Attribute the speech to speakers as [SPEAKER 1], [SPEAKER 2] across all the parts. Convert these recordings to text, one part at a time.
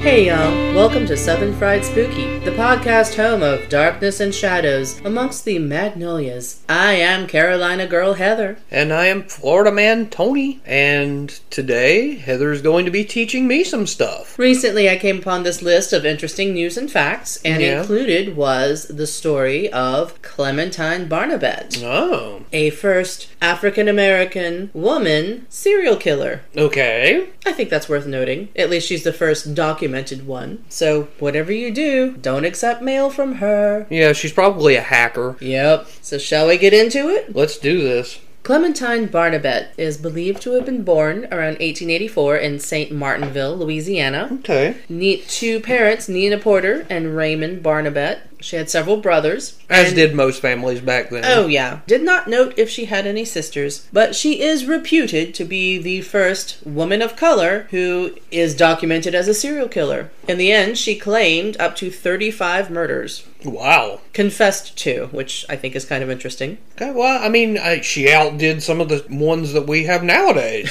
[SPEAKER 1] Hey y'all, welcome to Southern Fried Spooky, the podcast home of darkness and shadows amongst the magnolias. I am Carolina Girl Heather.
[SPEAKER 2] And I am Florida Man Tony. And today, Heather's going to be teaching me some stuff.
[SPEAKER 1] Recently, I came upon this list of interesting news and facts, and
[SPEAKER 2] Yeah.
[SPEAKER 1] included was the story of Clementine Barnabet,
[SPEAKER 2] Oh,
[SPEAKER 1] a first African American woman serial killer.
[SPEAKER 2] okay.
[SPEAKER 1] I think that's worth noting. At least she's the first documented one. So, whatever you do, don't accept mail from her.
[SPEAKER 2] Yeah, she's probably a hacker.
[SPEAKER 1] Yep. So, shall we get into it?
[SPEAKER 2] Let's do this.
[SPEAKER 1] Clementine Barnabet is believed to have been born around 1884 in St. Martinville, Louisiana,
[SPEAKER 2] Okay.
[SPEAKER 1] ne- to parents Nina Porter and Raymond Barnabet. She had several brothers.
[SPEAKER 2] As
[SPEAKER 1] and-
[SPEAKER 2] did most families back then.
[SPEAKER 1] Oh, yeah. Did not note if she had any sisters, but she is reputed to be the first woman of color who is documented as a serial killer. In the end, she claimed up to 35 murders,
[SPEAKER 2] Wow.
[SPEAKER 1] confessed to, which I think is kind of interesting.
[SPEAKER 2] Okay, well, I mean, I, she outdid some of the ones that we have nowadays.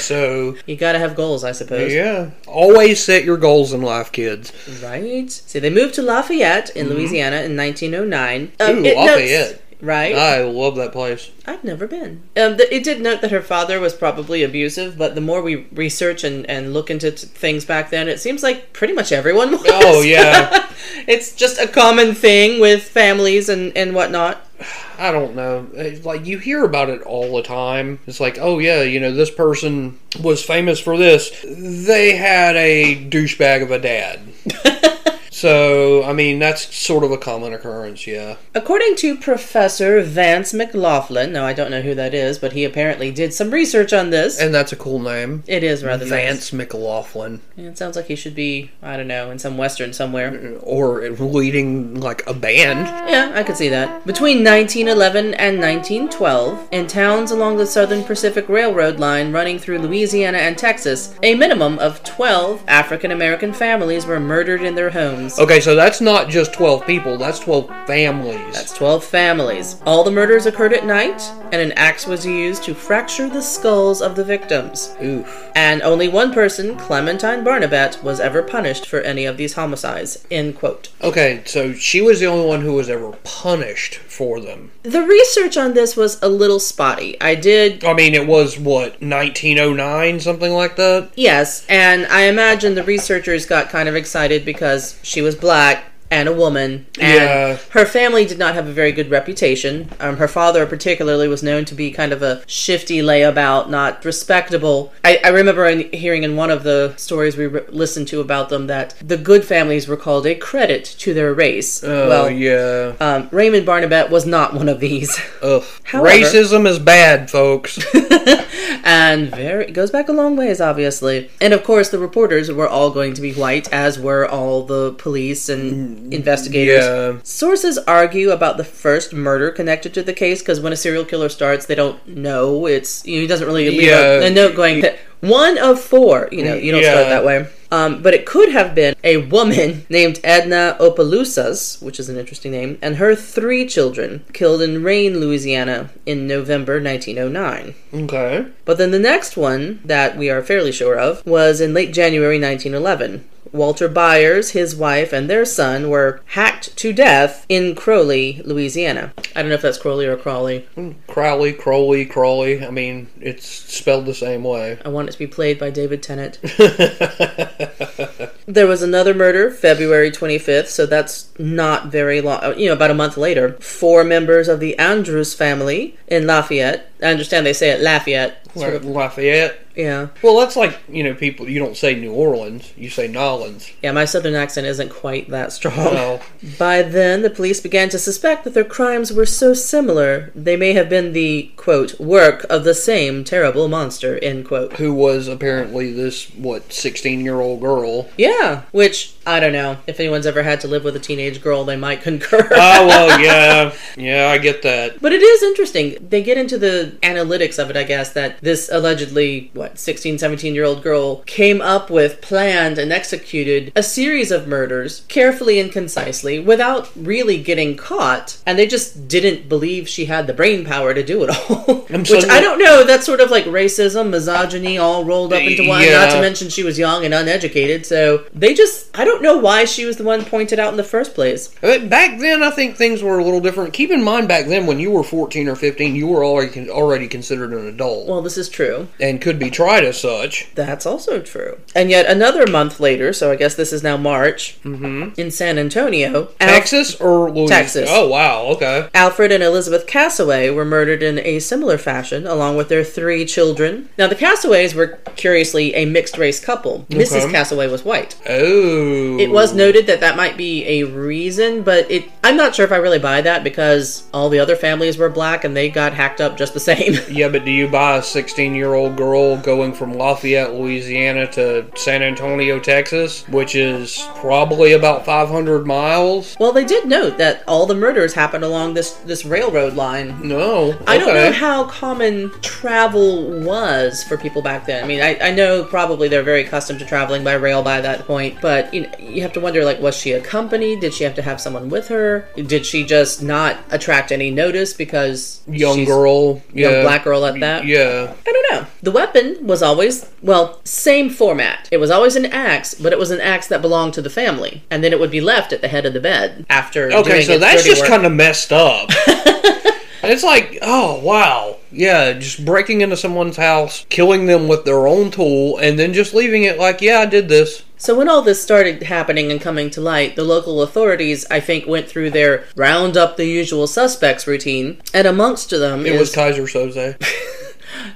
[SPEAKER 2] So,
[SPEAKER 1] You gotta have goals, I suppose.
[SPEAKER 2] yeah. Always set your goals in life, kids.
[SPEAKER 1] Right. So they moved to Lafayette in Louisiana in 1909.
[SPEAKER 2] Mm-hmm. Ooh,
[SPEAKER 1] Um, it notes-
[SPEAKER 2] Lafayette. Ah.
[SPEAKER 1] right.
[SPEAKER 2] I love that place.
[SPEAKER 1] I've never been. Um, th it did note that her father was probably abusive, but the more we research and, and look into t- things back then, it seems like pretty much everyone was.
[SPEAKER 2] Oh, yeah.
[SPEAKER 1] it's just a common thing with families and, and whatnot.
[SPEAKER 2] I don't know. It's Like you hear about it all the time. It's like, oh yeah, you know, this person was famous for this. They had a douchebag of a dad. so I mean, that's sort of a common occurrence. Yeah.
[SPEAKER 1] According to Professor Vance McLaughlin, now I don't know who that is, but he apparently did some research on this.
[SPEAKER 2] And that's a cool name,
[SPEAKER 1] it is rather
[SPEAKER 2] Vance McLaughlin,
[SPEAKER 1] nice. It sounds like he should be, I don't know, in some western somewhere.
[SPEAKER 2] or leading like a band.
[SPEAKER 1] Yeah, I could see that. Between 1911 and 1912, in towns along the Southern Pacific Railroad line running through Louisiana and Texas, a minimum of 12 African American families were murdered in their homes.
[SPEAKER 2] Okay, so that's not just twelve people. That's twelve families.
[SPEAKER 1] That's 12 families. All the murders occurred at night, and an axe was used to fracture the skulls of the victims.
[SPEAKER 2] Oof.
[SPEAKER 1] And only one person, Clementine Barnabet, was ever punished for any of these homicides. End quote.
[SPEAKER 2] Okay, so she was the only one who was ever punished for them.
[SPEAKER 1] The research on this was a little spotty. I did
[SPEAKER 2] I mean, it was what 1909, something like that.
[SPEAKER 1] Yes, and I imagine the researchers got kind of excited because she was black and a woman, and
[SPEAKER 2] Yeah.
[SPEAKER 1] her family did not have a very good reputation. Um, her father, particularly, was known to be kind of a shifty layabout, not respectable. I, I remember in, hearing in one of the stories we re- listened to about them that the good families were called a credit to their race.
[SPEAKER 2] Oh
[SPEAKER 1] well,
[SPEAKER 2] yeah.
[SPEAKER 1] um, Raymond Barnabet was not one of these.
[SPEAKER 2] Ugh.
[SPEAKER 1] However-
[SPEAKER 2] Racism is bad, folks.
[SPEAKER 1] and very it goes back a long ways obviously and of course the reporters were all going to be white as were all the police and investigators
[SPEAKER 2] Mm, yeah.
[SPEAKER 1] sources argue about the first murder connected to the case because when a serial killer starts they don't know it's you know, he doesn't really leave a-
[SPEAKER 2] Yeah.
[SPEAKER 1] a note going one of four you know you don't start
[SPEAKER 2] Yeah.
[SPEAKER 1] that way um, but it could have been a woman named Edna Opalusas, which is an interesting name, and her three children killed in Rain, Louisiana in November 1909.
[SPEAKER 2] Okay.
[SPEAKER 1] But then the next one that we are fairly sure of was in late January 1911. Walter Byers, his wife, and their son were hacked to death in Crowley, Louisiana. I don't know if that's Crowley or Crawley.
[SPEAKER 2] Crowley, Crowley, Crowley. I mean, it's spelled the same way.
[SPEAKER 1] I want it to be played by David Tennant. there was another murder February 25th, so that's not very long, uh, you know, about a month later. Four members of the Andrews family in Lafayette. I understand they say it Lafayette. Sort of,
[SPEAKER 2] Lafayette.
[SPEAKER 1] yeah.
[SPEAKER 2] Well, that's like you know, people. You don't say New Orleans. You say Nolans.
[SPEAKER 1] Yeah, my southern accent isn't quite that strong.
[SPEAKER 2] No.
[SPEAKER 1] By then, the police began to suspect that their crimes were so similar they may have been the, quote, work of the same terrible monster, end quote.
[SPEAKER 2] Who was apparently this what sixteen-year-old girl?
[SPEAKER 1] Yeah, which, I don't know. If anyone's ever had to live with a teenage girl, they might concur.
[SPEAKER 2] Oh well, yeah, yeah. I get that.
[SPEAKER 1] But it is interesting. They get into the analytics of it, I guess, that this allegedly, what, 16, 17 year old girl came up with, planned, and executed a series of murders carefully and concisely without really getting caught. And they just didn't believe she had the brain power to do it all.
[SPEAKER 2] I'm
[SPEAKER 1] Which
[SPEAKER 2] suddenly-
[SPEAKER 1] I don't know. That's sort of like racism, misogyny, all rolled up into one. Not
[SPEAKER 2] Yeah.
[SPEAKER 1] to mention she was young and uneducated. So they just, I don't know why she was the one pointed out in the first place.
[SPEAKER 2] I mean, Back then, I think things were a little different. Keep in mind, back then, when you were 14 or 15, you were already, con- already considered an adult
[SPEAKER 1] Well, this is true.
[SPEAKER 2] and could be tried as such.
[SPEAKER 1] That's also true. And yet another month later, so I guess this is now March, mm-hmm. in San Antonio, Al-
[SPEAKER 2] Texas or Louisiana?
[SPEAKER 1] Texas.
[SPEAKER 2] Oh, wow. Okay.
[SPEAKER 1] Alfred and Elizabeth Cassaway were murdered in a similar fashion, along with their three children. Now, the Cassaways were curiously a mixed race couple. Mrs.
[SPEAKER 2] Okay.
[SPEAKER 1] Cassaway was white.
[SPEAKER 2] Oh.
[SPEAKER 1] It was noted that that might be a reason, but it I'm not sure if I really buy that because all the other families were black and they got hacked up just the same.
[SPEAKER 2] Yeah, but do you buy a 16 year old girl going from Lafayette, Louisiana to San Antonio, Texas, which is probably about 500 miles?
[SPEAKER 1] well, they did note that all the murders happened along this this railroad line.
[SPEAKER 2] No.
[SPEAKER 1] I don't
[SPEAKER 2] okay.
[SPEAKER 1] know how common travel was for people back then. I mean, I, I know probably they're very accustomed to traveling by rail by that point, but you, know, you have to wonder like, was she accompanied? Did she have to have someone with her? Did she just not attract any notice because
[SPEAKER 2] Young
[SPEAKER 1] she's
[SPEAKER 2] girl.
[SPEAKER 1] a
[SPEAKER 2] Yeah.
[SPEAKER 1] black girl at that?
[SPEAKER 2] Yeah.
[SPEAKER 1] I don't know. The weapon was always, well, same format. It was always an axe, but it was an axe that belonged to the family. And then it would be left at the head of the bed after.
[SPEAKER 2] Okay,
[SPEAKER 1] doing
[SPEAKER 2] so
[SPEAKER 1] its
[SPEAKER 2] that's
[SPEAKER 1] dirty
[SPEAKER 2] just
[SPEAKER 1] work.
[SPEAKER 2] kind of messed up. it's like, oh, wow. Yeah, just breaking into someone's house, killing them with their own tool, and then just leaving it like, yeah, I did this.
[SPEAKER 1] So when all this started happening and coming to light, the local authorities, I think, went through their round up the usual suspects routine, and amongst them
[SPEAKER 2] It
[SPEAKER 1] is-
[SPEAKER 2] was Kaiser Soze.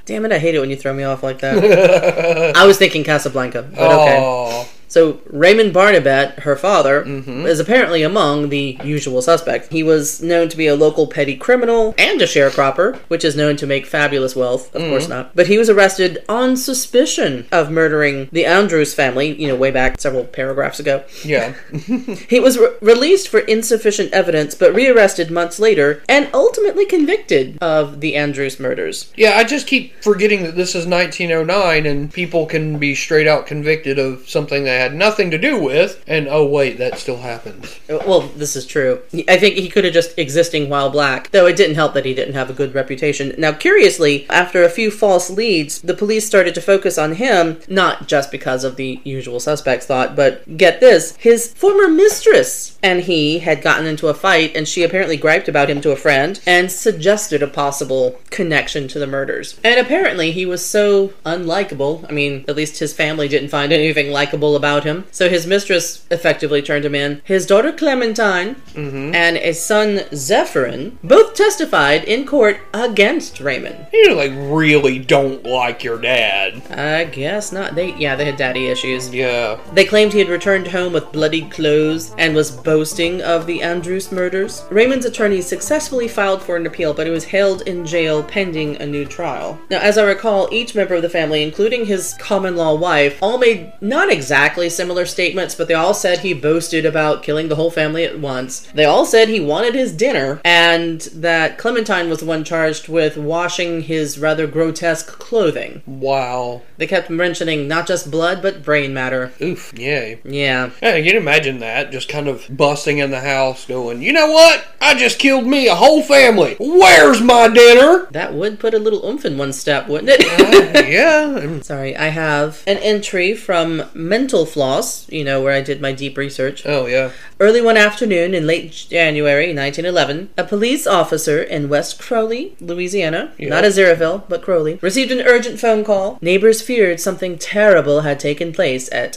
[SPEAKER 1] damn it, I hate it when you throw me off like that. I was thinking Casablanca, but okay.
[SPEAKER 2] Oh,
[SPEAKER 1] So Raymond Barnabat, her father,
[SPEAKER 2] Mm-hmm.
[SPEAKER 1] is apparently among the usual suspects. He was known to be a local petty criminal and a sharecropper, which is known to make fabulous wealth. Of
[SPEAKER 2] Mm-hmm.
[SPEAKER 1] course not. But he was arrested on suspicion of murdering the Andrews family, you know, way back several paragraphs ago.
[SPEAKER 2] yeah.
[SPEAKER 1] He was re- released for insufficient evidence, but rearrested months later and ultimately convicted of the Andrews murders.
[SPEAKER 2] Yeah, I just keep forgetting that this is 1909 and people can be straight out convicted of something they had nothing to do with, and oh, wait, that still happens.
[SPEAKER 1] Uh, Well, this is true. I think he could have just existing while black, though it didn't help that he didn't have a good reputation. Now, curiously, after a few false leads, the police started to focus on him, not just because of the usual suspects thought, but get this, his former mistress and he had gotten into a fight and she apparently griped about him to a friend and suggested a possible connection to the murders. And apparently he was so unlikable, I mean, at least his family didn't find anything likable about him. So his mistress effectively turned him in. His daughter Clementine and a son Zephyrin both testified in court against Raymond.
[SPEAKER 2] You like really don't like your dad.
[SPEAKER 1] I guess not. They yeah, they had daddy issues.
[SPEAKER 2] Yeah.
[SPEAKER 1] They claimed he had returned home with bloodied clothes and was boasting of the Andrews murders. Raymond's attorney successfully filed for an appeal, but it was held in jail pending a new trial. Now, as I recall, each member of the family, including his common law wife, all made not exactly similar statements, but they all said he boasted about killing the whole family at once. They all said he wanted his dinner, and that Clementine was the one charged with washing his rather grotesque clothing.
[SPEAKER 2] Wow.
[SPEAKER 1] They kept mentioning not just blood, but brain matter.
[SPEAKER 2] Oof. Yay.
[SPEAKER 1] Yeah.
[SPEAKER 2] Yeah, you can imagine that. Just kind of busting in the house going, you know what? I just killed me a whole family. Where's my dinner?
[SPEAKER 1] That would put a little oomph in one step, wouldn't it?
[SPEAKER 2] Uh, yeah.
[SPEAKER 1] Sorry, I have an entry from Mental Floss, you know, where I did my deep research.
[SPEAKER 2] Oh, yeah.
[SPEAKER 1] Early one afternoon in late January 1911, a police officer in West Crowley, Louisiana, not Aziraphale, but Crowley, received an urgent phone call. Neighbors feared something terrible had taken place at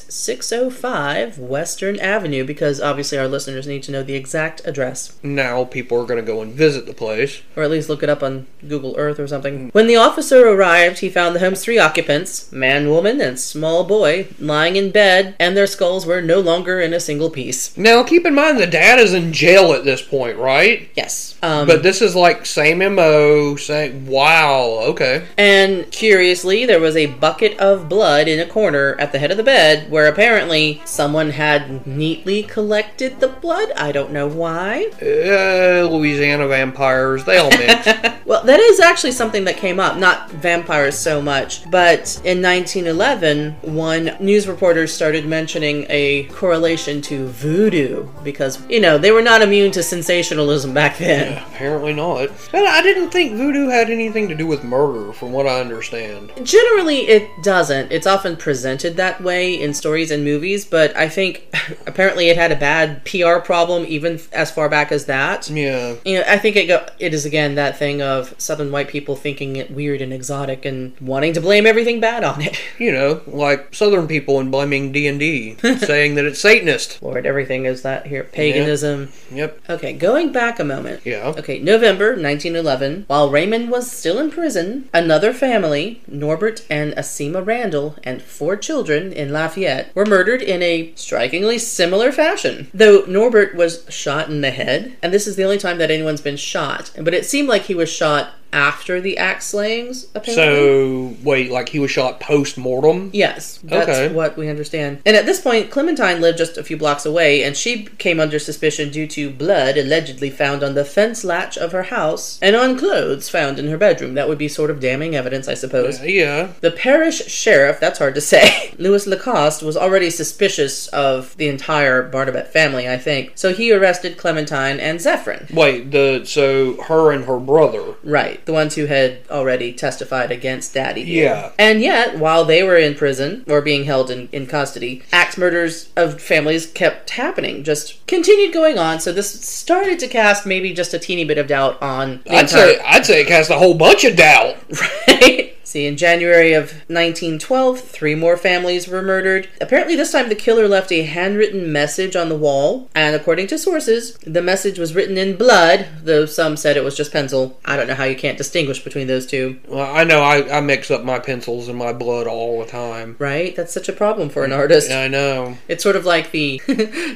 [SPEAKER 1] 605 Western Avenue because obviously our listeners need to know the exact address.
[SPEAKER 2] Now people are going to go and visit the place.
[SPEAKER 1] or at least look it up on Google Earth or something. When the officer arrived, he found the home's three occupants man, woman, and small boy lying in bed, and their skulls were no longer in a single piece.
[SPEAKER 2] Now, keep in mind the dad is in jail at this point, right?
[SPEAKER 1] Yes. Um,
[SPEAKER 2] But this is like same MO, same. Wow, okay.
[SPEAKER 1] and curiously, there was a bucket of blood in a corner at the head of the bed where apparently someone had neatly collected the blood. I don't know why.
[SPEAKER 2] Uh, Louisiana vampires, they all mix.
[SPEAKER 1] Well, that is actually something that came up, not vampires so much, but in 1911, one news reporter started mentioning a correlation to voodoo because, you know, they were not immune to sensationalism back then.
[SPEAKER 2] Apparently not. And I didn't think voodoo had anything to do with murder, from what I understand.
[SPEAKER 1] Generally, it doesn't. It's often presented that way in stories and movies, but I think apparently it had a bad PR problem even f- as far back as that.
[SPEAKER 2] Yeah.
[SPEAKER 1] You know, I think it go- it is again that thing of southern white people thinking it weird and exotic and wanting to blame everything bad on it.
[SPEAKER 2] You know, like Southern people and blaming D and D, saying that it's Satanist.
[SPEAKER 1] Lord, everything is that here paganism.
[SPEAKER 2] Yep.
[SPEAKER 1] Okay, going back a moment.
[SPEAKER 2] Yeah.
[SPEAKER 1] Okay, November 1911, while Raymond was still in prison, another family, Norbert and Asima Randall, and four children in Lafayette, were murdered in a strikingly similar fashion. Though Norbert was shot in the head, and this is the only time that anyone's been shot, but it seemed like he was shot after the axe slayings, apparently.
[SPEAKER 2] So wait, like he was shot post mortem?
[SPEAKER 1] Yes, that's
[SPEAKER 2] Okay.
[SPEAKER 1] what we understand. And at this point, Clementine lived just a few blocks away, and she came under suspicion due to blood allegedly found on the fence latch of her house and on clothes found in her bedroom. That would be sort of damning evidence, I suppose.
[SPEAKER 2] Yeah.
[SPEAKER 1] The parish sheriff, that's hard to say, Louis Lacoste, was already suspicious of the entire Barnabet family, I think, so he arrested Clementine and Zephyrin.
[SPEAKER 2] Wait, the so her and her brother.
[SPEAKER 1] Right, the ones who had already testified against Daddy. Dear.
[SPEAKER 2] Yeah.
[SPEAKER 1] And yet, while they were in prison or being held in, in custody, axe murders of families kept happening, just continued going on. So this started to cast maybe just a teeny bit of doubt on the
[SPEAKER 2] I'd say I'd say it cast a whole bunch of doubt.
[SPEAKER 1] Right? See, in January of 1912, three more families were murdered. Apparently, this time the killer left a handwritten message on the wall, and according to sources, the message was written in blood, though some said it was just pencil. I don't know how you can't distinguish between those two,
[SPEAKER 2] Well, I know I, I mix up my pencils and my blood all the time.
[SPEAKER 1] right? That's such a problem for an artist.
[SPEAKER 2] I know.
[SPEAKER 1] It's sort of like the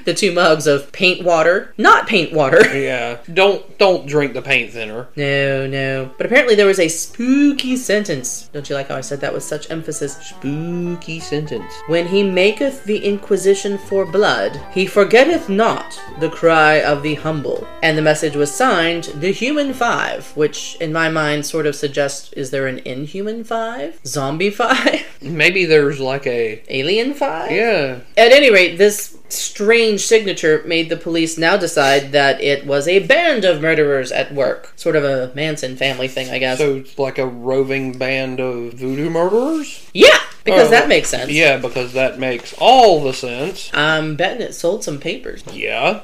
[SPEAKER 1] the two mugs of paint water, not paint water.
[SPEAKER 2] Yeah. Don't don't drink the paint thinner.
[SPEAKER 1] No, no. But apparently there was a spooky sentence. Don't you like how I said that with such emphasis?
[SPEAKER 2] Spooky sentence.
[SPEAKER 1] When he maketh the inquisition for blood, he forgetteth not the cry of the humble. And the message was signed the Human Five, which in my mind sort of suggests is there an Inhuman Five, Zombie Five,
[SPEAKER 2] Maybe there's like a
[SPEAKER 1] Alien Five?
[SPEAKER 2] yeah.
[SPEAKER 1] At any rate, this strange signature made the police now decide that it was a band of murderers at work. Sort of a Manson family thing, I guess.
[SPEAKER 2] So it's like a roving band of voodoo murderers.
[SPEAKER 1] yeah, because
[SPEAKER 2] Oh,
[SPEAKER 1] that makes sense.
[SPEAKER 2] Yeah, because that makes all the sense.
[SPEAKER 1] I'm betting it sold some papers.
[SPEAKER 2] Yeah.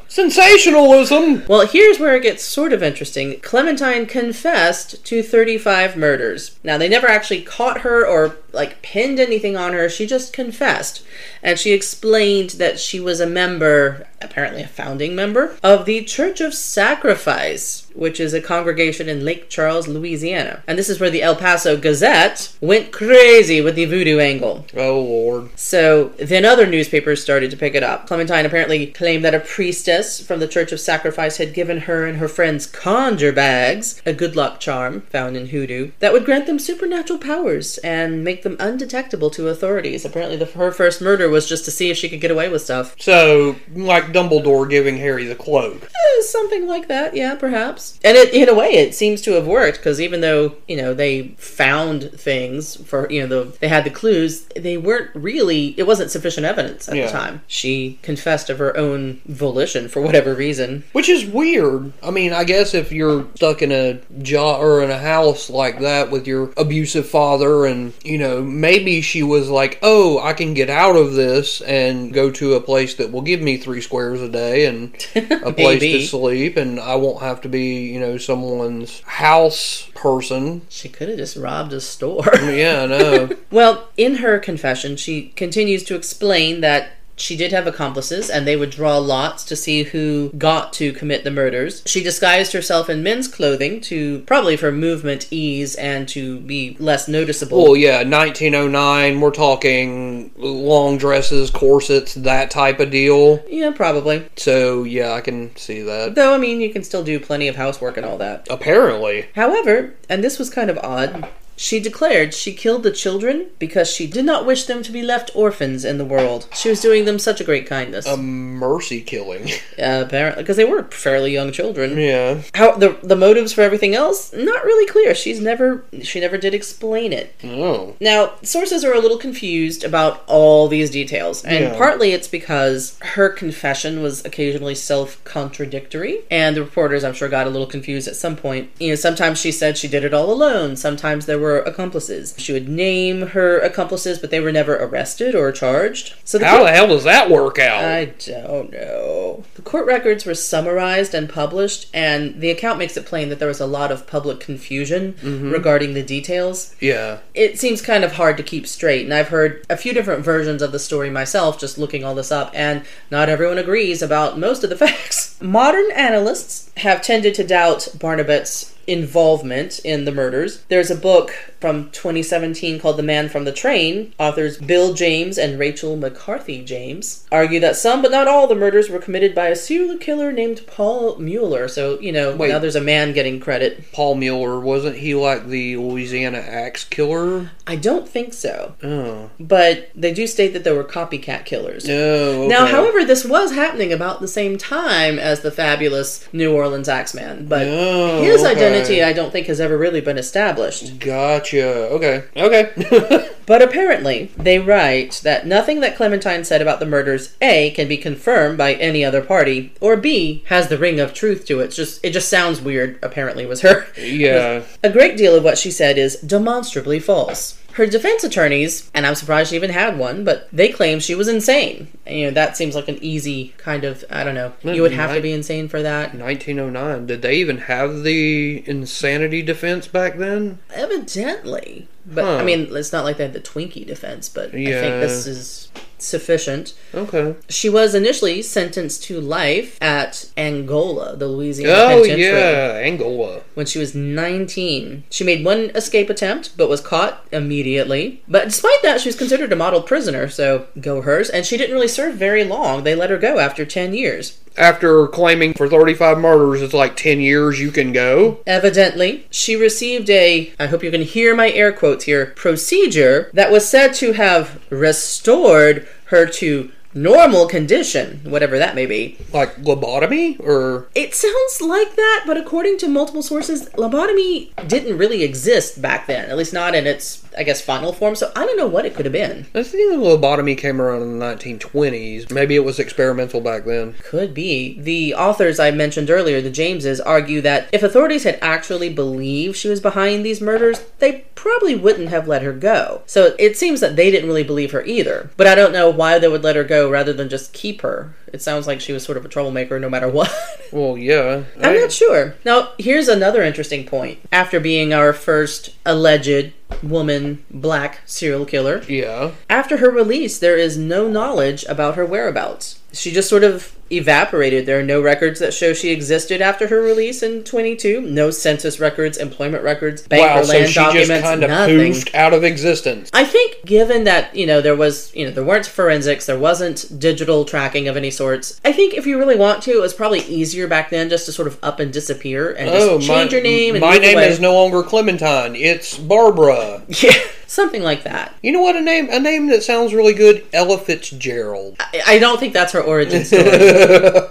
[SPEAKER 2] Sensationalism.
[SPEAKER 1] Well, here's where it gets sort of interesting. Clementine confessed to 35 murders. Now, they never actually caught her or like pinned anything on her. She just confessed. And she explained that she was a member, apparently a founding member, of the Church of Sacrifice, which is a congregation in Lake Charles, Louisiana. And this is where the El Paso Gazette went crazy with the voodoo angle.
[SPEAKER 2] Oh lord.
[SPEAKER 1] So then other newspapers started to pick it up. Clementine apparently claimed that a priestess from the Church of Sacrifice had given her and her friends conjure bags, a good luck charm found in hoodoo, that would grant them supernatural powers and make them undetectable to authorities. Apparently, the, her first murder was just to see if she could get away with stuff.
[SPEAKER 2] So like Dumbledore giving Harry the cloak.
[SPEAKER 1] Eh, Something like that, yeah, perhaps. And it, in a way, it seems to have worked because even though you know they found things for you know the, they had the clues, they weren't really. It wasn't sufficient evidence at
[SPEAKER 2] Yeah.
[SPEAKER 1] the time. She confessed of her own volition for whatever reason.
[SPEAKER 2] Which is weird. I mean, I guess if you're stuck in a job or in a house like that with your abusive father, and you know, maybe she was like, "Oh, I can get out of this and go to a place that will give me three squares a day and a place
[SPEAKER 1] Maybe.
[SPEAKER 2] to sleep, and I won't have to be, you know, someone's house person."
[SPEAKER 1] She could have just robbed a store.
[SPEAKER 2] Yeah, I know.
[SPEAKER 1] Well, in her confession, she continues to explain that she did have accomplices and they would draw lots to see who got to commit the murders. She disguised herself in men's clothing to probably for movement ease and to be less noticeable.
[SPEAKER 2] Well, yeah, 1909. We're talking long dresses, corsets, that type of deal.
[SPEAKER 1] yeah, probably.
[SPEAKER 2] So, yeah, I can see that.
[SPEAKER 1] Though, I mean, you can still do plenty of housework and all that.
[SPEAKER 2] Apparently.
[SPEAKER 1] However, and this was kind of odd, She declared she killed the children because she did not wish them to be left orphans in the world. She was doing them such a great kindness.
[SPEAKER 2] A mercy killing.
[SPEAKER 1] Uh, apparently, because they were fairly young children.
[SPEAKER 2] yeah.
[SPEAKER 1] How the the motives for everything else? Not really clear. She's never she never did explain it.
[SPEAKER 2] Oh.
[SPEAKER 1] Now, sources are a little confused about all these details, and
[SPEAKER 2] Yeah.
[SPEAKER 1] partly it's because her confession was occasionally self contradictory, and the reporters, I'm sure, got a little confused at some point. You know, sometimes she said she did it all alone, sometimes there were accomplices. She would name her accomplices, but they were never arrested or charged. So the
[SPEAKER 2] How the hell does that work out?
[SPEAKER 1] I don't know. The court records were summarized and published, and the account makes it plain that there was a lot of public confusion regarding the details.
[SPEAKER 2] yeah.
[SPEAKER 1] It seems kind of hard to keep straight, and I've heard a few different versions of the story myself just looking all this up, and not everyone agrees about most of the facts. Modern analysts have tended to doubt Barnabet's involvement in the murders. There's a book from 2017 called The Man from the Train. Authors Bill James and Rachel McCarthy James argue that some, but not all, the murders were committed by a serial killer named Paul Mueller. So, you know,
[SPEAKER 2] Wait.
[SPEAKER 1] now there's a man getting credit.
[SPEAKER 2] Paul Mueller, wasn't he like the Louisiana axe killer?
[SPEAKER 1] I don't think so.
[SPEAKER 2] Oh.
[SPEAKER 1] But they do state that there were copycat killers.
[SPEAKER 2] No. Okay.
[SPEAKER 1] Now, however, this was happening about the same time as the fabulous New Orleans Axeman, but
[SPEAKER 2] Oh,
[SPEAKER 1] his
[SPEAKER 2] okay.
[SPEAKER 1] identity I don't think has ever really been established.
[SPEAKER 2] Gotcha. Okay. Okay.
[SPEAKER 1] But apparently, they write that nothing that Clementine said about the murders A can be confirmed by any other party, or B has the ring of truth to it. It's just it just sounds weird, apparently was her.
[SPEAKER 2] yeah.
[SPEAKER 1] A great deal of what she said is demonstrably false. Her defense attorneys, and I'm surprised she even had one, but they claim she was insane. And, you know, that seems like an easy kind of, I don't know, you would have to
[SPEAKER 2] right.
[SPEAKER 1] be insane for that.
[SPEAKER 2] 1909. Did they even have the insanity defense back then?
[SPEAKER 1] Evidently. But, I
[SPEAKER 2] Huh.
[SPEAKER 1] mean, it's not like they had the Twinkie defense, but I
[SPEAKER 2] Yeah.
[SPEAKER 1] think this is sufficient.
[SPEAKER 2] Okay.
[SPEAKER 1] She was initially sentenced to life at Angola, the Louisiana
[SPEAKER 2] Oh
[SPEAKER 1] penitentiary.
[SPEAKER 2] yeah, Angola.
[SPEAKER 1] when she was 19. She made one escape attempt, but was caught immediately. But despite that, she was considered a model prisoner, so go hers. And she didn't really serve very long. They let her go after 10 years.
[SPEAKER 2] After claiming for 35 murders, it's like 10 years you can go.
[SPEAKER 1] Evidently, she received a, I hope you can hear my air quotes here, procedure that was said to have restored her to normal condition, whatever that may be.
[SPEAKER 2] Like lobotomy or
[SPEAKER 1] It sounds like that, but according to multiple sources, lobotomy didn't really exist back then, at least not in its, I guess, final form. So I don't know what it could have been.
[SPEAKER 2] I think the lobotomy came around in the 1920s. Maybe it was experimental back then.
[SPEAKER 1] Could be. The authors I mentioned earlier, the Jameses, argue that if authorities had actually believed she was behind these murders, they probably wouldn't have let her go. So it seems that they didn't really believe her either. But I don't know why they would let her go rather than just keep her. It sounds like she was sort of a troublemaker no matter what.
[SPEAKER 2] Well, yeah.
[SPEAKER 1] I'm not sure. Now, here's another interesting point. After being our first alleged woman black serial killer,
[SPEAKER 2] yeah.
[SPEAKER 1] after her release, there is no knowledge about her whereabouts. She just sort of evaporated. There are no records that show she existed after her release in 22. No census records, employment records, bank
[SPEAKER 2] Wow,
[SPEAKER 1] or land
[SPEAKER 2] so she
[SPEAKER 1] documents,
[SPEAKER 2] just kind of
[SPEAKER 1] nothing.
[SPEAKER 2] poofed out of existence.
[SPEAKER 1] I think given that, you know, there was, you know, there weren't forensics, there wasn't digital tracking of any sorts. I think if you really want to, it was probably easier back then just to sort of up and disappear and just
[SPEAKER 2] Oh, my,
[SPEAKER 1] change your name and
[SPEAKER 2] my
[SPEAKER 1] move
[SPEAKER 2] name
[SPEAKER 1] away.
[SPEAKER 2] is no longer Clementine. It's Barbara.
[SPEAKER 1] Yeah, something like that.
[SPEAKER 2] You know what? A name, a name that sounds really good. Ella Fitzgerald.
[SPEAKER 1] I- I don't think that's her origin story.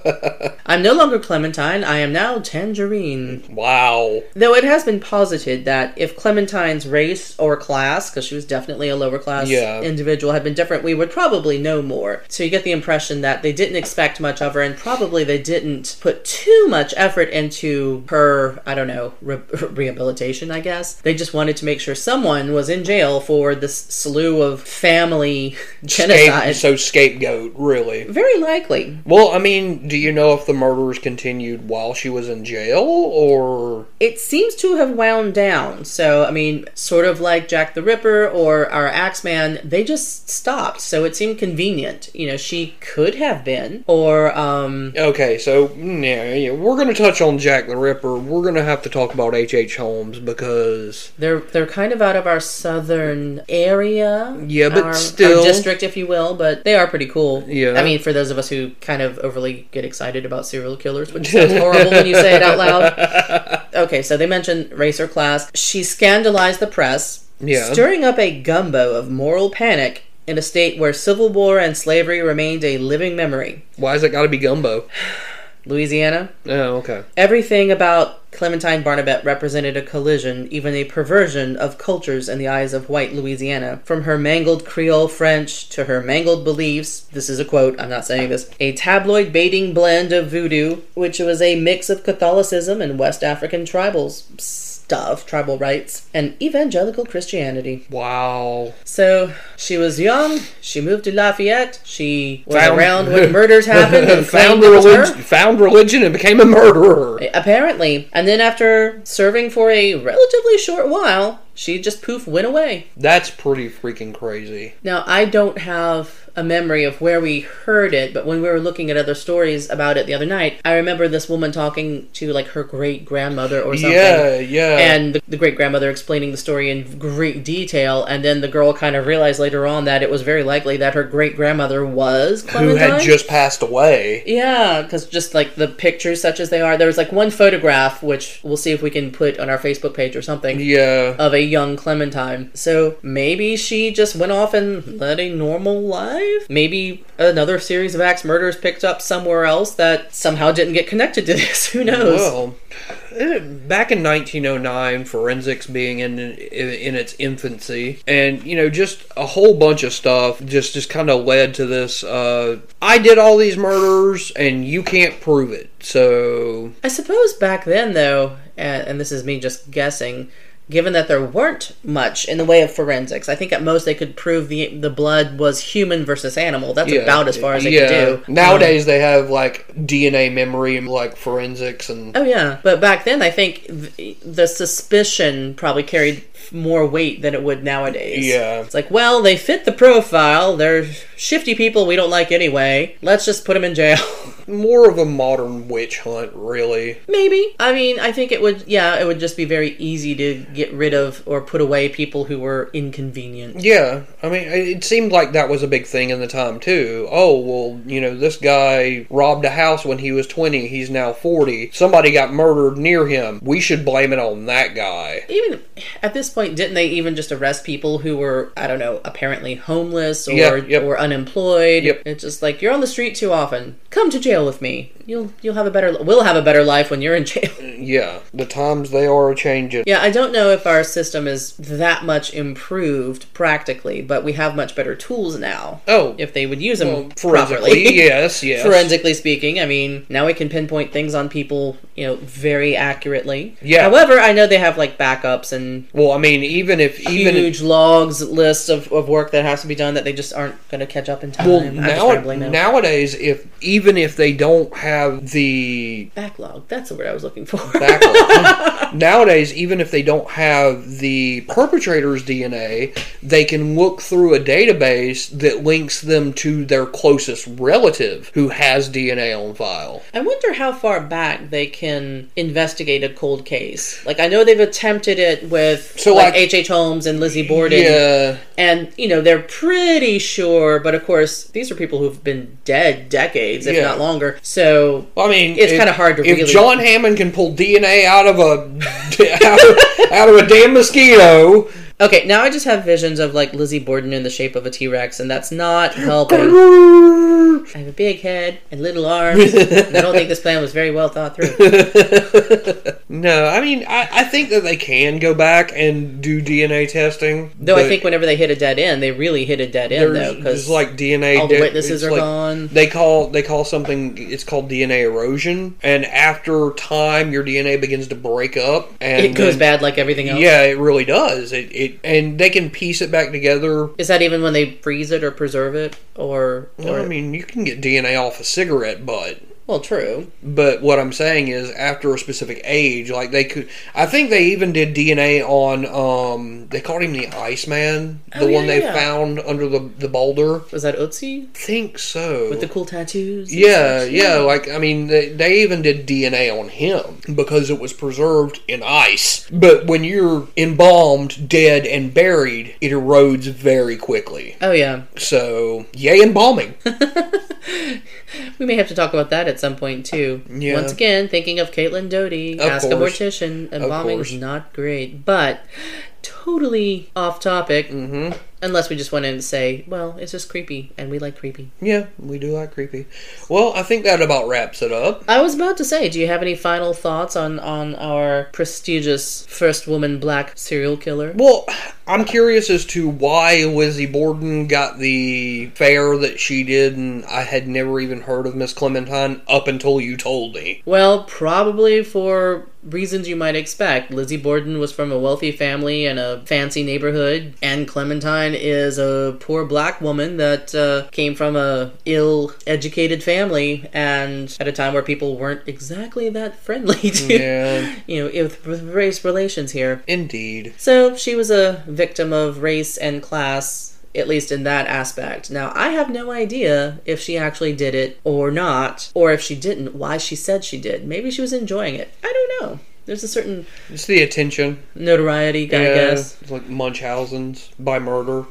[SPEAKER 1] I'm no longer Clementine, I am now Tangerine.
[SPEAKER 2] Wow.
[SPEAKER 1] Though it has been posited that if Clementine's race or class, because she was definitely a lower class
[SPEAKER 2] Yeah.
[SPEAKER 1] individual, had been different, we would probably know more. So you get the impression that they didn't expect much of her, and probably they didn't put too much effort into her, I don't know, re- rehabilitation, I guess. They just wanted to make sure someone was in jail for this slew of family
[SPEAKER 2] Scape-
[SPEAKER 1] genocide.
[SPEAKER 2] so scapegoat, really.
[SPEAKER 1] Very likely.
[SPEAKER 2] Well, I mean, do you know if the murders continued while she was in jail, or
[SPEAKER 1] it seems to have wound down. So, I mean, sort of like Jack the Ripper or our Axeman, they just stopped. So it seemed convenient. You know, she could have been, or um,
[SPEAKER 2] Okay, so mm, yeah, yeah, we're going to touch on Jack the Ripper. We're going to have to talk about H.H. H. Holmes because
[SPEAKER 1] they're they're kind of out of our southern area.
[SPEAKER 2] Yeah, but
[SPEAKER 1] our- our
[SPEAKER 2] still.
[SPEAKER 1] district, if you will. But they are pretty cool.
[SPEAKER 2] Yeah.
[SPEAKER 1] I mean, for those of us who kind of overly get excited about serial killers, which sounds horrible when you say it out loud. okay, so they mentioned race or class. She scandalized the press,
[SPEAKER 2] Yeah.
[SPEAKER 1] stirring up a gumbo of moral panic in a state where civil war and slavery remained a living memory.
[SPEAKER 2] Why has it got to be gumbo?
[SPEAKER 1] Louisiana,
[SPEAKER 2] Oh, okay.
[SPEAKER 1] everything about Clementine Barnabette represented a collision, even a perversion of cultures in the eyes of white Louisiana. From her mangled Creole French to her mangled beliefs, this is a quote, I'm not saying this, a tabloid baiting blend of voodoo, which was a mix of Catholicism and West African tribals stuff, tribal rights, and evangelical Christianity.
[SPEAKER 2] Wow.
[SPEAKER 1] So she was young. She moved to Lafayette. She was
[SPEAKER 2] Found-
[SPEAKER 1] around when murders happened and
[SPEAKER 2] found
[SPEAKER 1] claimed it was her.
[SPEAKER 2] religion. Found religion and became a murderer.
[SPEAKER 1] Apparently, and then after serving for a relatively short while, she just poof went away.
[SPEAKER 2] That's pretty freaking crazy.
[SPEAKER 1] Now I don't have a memory of where we heard it, but when we were looking at other stories about it the other night, I remember this woman talking to like her great grandmother or something.
[SPEAKER 2] Yeah, yeah.
[SPEAKER 1] and the, the great grandmother explaining the story in great detail, and then the girl kind of realized later on that it was very likely that her great grandmother was
[SPEAKER 2] who
[SPEAKER 1] Clementine.
[SPEAKER 2] had just passed away.
[SPEAKER 1] yeah, because just like the pictures, such as they are, there was like one photograph, which we'll see if we can put on our Facebook page or something,
[SPEAKER 2] Yeah.
[SPEAKER 1] of a young Clementine. So maybe she just went off and led a normal life. Maybe another series of axe murders picked up somewhere else that somehow didn't get connected to this. Who knows?
[SPEAKER 2] Well, eh, back in 1909, forensics being in, in in its infancy, and you know, just a whole bunch of stuff just just kind of led to this. Uh, I did all these murders, and you can't prove it. So
[SPEAKER 1] I suppose back then, though, and, and this is me just guessing, given that there weren't much in the way of forensics, I think at most they could prove the the blood was human versus animal. That's
[SPEAKER 2] yeah,
[SPEAKER 1] about as far as they could do Mm.
[SPEAKER 2] Nowadays, they have like DNA memory and like forensics, and
[SPEAKER 1] Um, oh yeah, but back then I think th- the suspicion probably carried more weight than it would nowadays.
[SPEAKER 2] Yeah.
[SPEAKER 1] it's like, well, they fit the profile. They're shifty people we don't like anyway. Let's just put them in jail.
[SPEAKER 2] more of a modern witch hunt, really.
[SPEAKER 1] Maybe. I mean, I think it would, yeah, it would just be very easy to get rid of or put away people who were inconvenient.
[SPEAKER 2] Yeah, I mean, it it seemed like that was a big thing in the time too. Oh well, you know, this guy robbed a house when he was twenty. He's now forty. Somebody got murdered near him. We should blame it on that guy.
[SPEAKER 1] Even at this point, didn't they even just arrest people who were, I don't know, apparently homeless or,
[SPEAKER 2] Yeah, yep.
[SPEAKER 1] or unemployed?
[SPEAKER 2] Yep.
[SPEAKER 1] It's just like, you're on the street too often. Come to jail with me. You'll, you'll have a better, li- we'll have a better life when you're in jail.
[SPEAKER 2] Mm. Yeah, the times they are a changing.
[SPEAKER 1] Yeah, I don't know if our system is that much improved practically, but we have much better tools now.
[SPEAKER 2] Oh,
[SPEAKER 1] If they would use them properly.
[SPEAKER 2] forensically, yes, yes,
[SPEAKER 1] forensically speaking. I mean, now we can pinpoint things on people, you know, very accurately.
[SPEAKER 2] Yeah.
[SPEAKER 1] However, I know they have like backups and
[SPEAKER 2] Well, I mean, even if even if-
[SPEAKER 1] huge logs, lists of, of work that has to be done that they just aren't going to catch up in time.
[SPEAKER 2] well
[SPEAKER 1] I'm just
[SPEAKER 2] now,
[SPEAKER 1] rambling now.
[SPEAKER 2] nowadays, if even if they don't have the
[SPEAKER 1] Backlog. That's the word I was looking for.
[SPEAKER 2] backlog. Nowadays, even if they don't have the perpetrator's DNA, they can look through a database that links them to their closest relative who has DNA on file.
[SPEAKER 1] I wonder how far back they can investigate a cold case. Like I know they've attempted it with
[SPEAKER 2] So,
[SPEAKER 1] like
[SPEAKER 2] like-
[SPEAKER 1] H.H. H. Holmes and Lizzie Borden.
[SPEAKER 2] Yeah,
[SPEAKER 1] And, you know, they're pretty sure, but of course, these are people who've been dead decades, if
[SPEAKER 2] Yeah.
[SPEAKER 1] not longer. So
[SPEAKER 2] I mean,
[SPEAKER 1] It's
[SPEAKER 2] if-
[SPEAKER 1] kinda hard to
[SPEAKER 2] If
[SPEAKER 1] really-
[SPEAKER 2] John Hammond can pull DNA out of a out, of, out of a damn mosquito,
[SPEAKER 1] Okay, now I just have visions of like Lizzie Borden in the shape of a T Rex, and that's not helping.
[SPEAKER 2] I
[SPEAKER 1] I have a big head and little arms. and I don't think this plan was very well thought through.
[SPEAKER 2] no, I mean, I, I think that they can go back and do DNA testing.
[SPEAKER 1] Though I
[SPEAKER 2] but-
[SPEAKER 1] think whenever they hit a dead end, they really hit a dead end though,
[SPEAKER 2] there's,
[SPEAKER 1] because
[SPEAKER 2] there's like DNA.
[SPEAKER 1] all the
[SPEAKER 2] de-
[SPEAKER 1] witnesses
[SPEAKER 2] it's
[SPEAKER 1] are
[SPEAKER 2] like-
[SPEAKER 1] gone.
[SPEAKER 2] They call they call something. It's called DNA erosion, and after time, your DNA begins to break up, and
[SPEAKER 1] it goes
[SPEAKER 2] then-
[SPEAKER 1] bad like everything else.
[SPEAKER 2] Yeah, it really does. It, it and they can piece it back together.
[SPEAKER 1] Is that even when they freeze it or preserve it, or
[SPEAKER 2] Well,
[SPEAKER 1] or
[SPEAKER 2] I mean, you can get DNA off a cigarette butt,
[SPEAKER 1] well, true.
[SPEAKER 2] but what I'm saying is, after a specific age, like they could. I think they even did DNA on. um They called him the Iceman, the
[SPEAKER 1] Oh, yeah,
[SPEAKER 2] one they
[SPEAKER 1] yeah.
[SPEAKER 2] found under the the boulder.
[SPEAKER 1] Was that Otzi
[SPEAKER 2] I think so.
[SPEAKER 1] with the cool tattoos? and
[SPEAKER 2] Yeah,
[SPEAKER 1] such?
[SPEAKER 2] yeah. Like I mean, they, they even did DNA on him because it was preserved in ice. But when you're embalmed, dead, and buried, it erodes very quickly.
[SPEAKER 1] Oh yeah.
[SPEAKER 2] So, yay, embalming.
[SPEAKER 1] We may have to talk about that at some point too.
[SPEAKER 2] Yeah.
[SPEAKER 1] Once again, thinking of Caitlin Doty,
[SPEAKER 2] Of
[SPEAKER 1] ask
[SPEAKER 2] course.
[SPEAKER 1] a mortician, and
[SPEAKER 2] Of
[SPEAKER 1] bombing's
[SPEAKER 2] course.
[SPEAKER 1] not great, but totally off topic.
[SPEAKER 2] Mm-hmm.
[SPEAKER 1] Unless we just went in and say, well, it's just creepy, and we like creepy.
[SPEAKER 2] Yeah, we do like creepy. Well, I think that about wraps it up.
[SPEAKER 1] I was about to say, do you have any final thoughts on on our prestigious first woman black serial killer?
[SPEAKER 2] Well, I'm curious as to why Lizzie Borden got the fair that she did, and I had never even heard of Miss Clementine up until you told me.
[SPEAKER 1] Well, probably for reasons you might expect. Lizzie Borden was from a wealthy family in a fancy neighborhood, and Clementine is a poor black woman that uh, came from a ill-educated family and at a time where people weren't exactly that friendly to
[SPEAKER 2] Yeah,
[SPEAKER 1] you know with with race relations here.
[SPEAKER 2] indeed.
[SPEAKER 1] So she was a victim of race and class, at least in that aspect. Now, I have no idea if she actually did it or not, or if she didn't, why she said she did. Maybe she was enjoying it. I don't know. There's a certain
[SPEAKER 2] It's the attention.
[SPEAKER 1] notoriety, I
[SPEAKER 2] Yeah,
[SPEAKER 1] guess.
[SPEAKER 2] It's like Munchausen's by murder.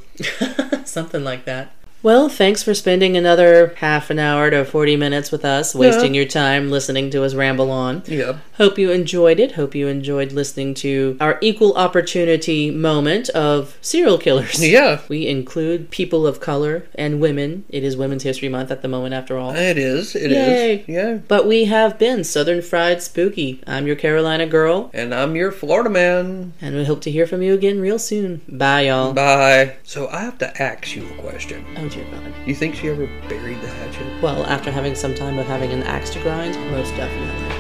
[SPEAKER 1] Something like that. Well, thanks for spending another half an hour to 40 minutes with us, wasting your time listening to us ramble on.
[SPEAKER 2] Yep.
[SPEAKER 1] Hope you enjoyed it. Hope you enjoyed listening to our equal opportunity moment of serial killers.
[SPEAKER 2] Yeah,
[SPEAKER 1] We include people of color and women. It is Women's History Month at the moment, after all.
[SPEAKER 2] it is. It is.
[SPEAKER 1] Yay.
[SPEAKER 2] Yeah.
[SPEAKER 1] But we have been Southern Fried Spooky. I'm your Carolina girl,
[SPEAKER 2] And I'm your Florida man.
[SPEAKER 1] and we hope to hear from you again real soon. Bye, y'all.
[SPEAKER 2] Bye. So I have to ask you a question.
[SPEAKER 1] Oh, dear God.
[SPEAKER 2] You think she ever buried the hatchet?
[SPEAKER 1] Well, after having some time of having an axe to grind, most definitely.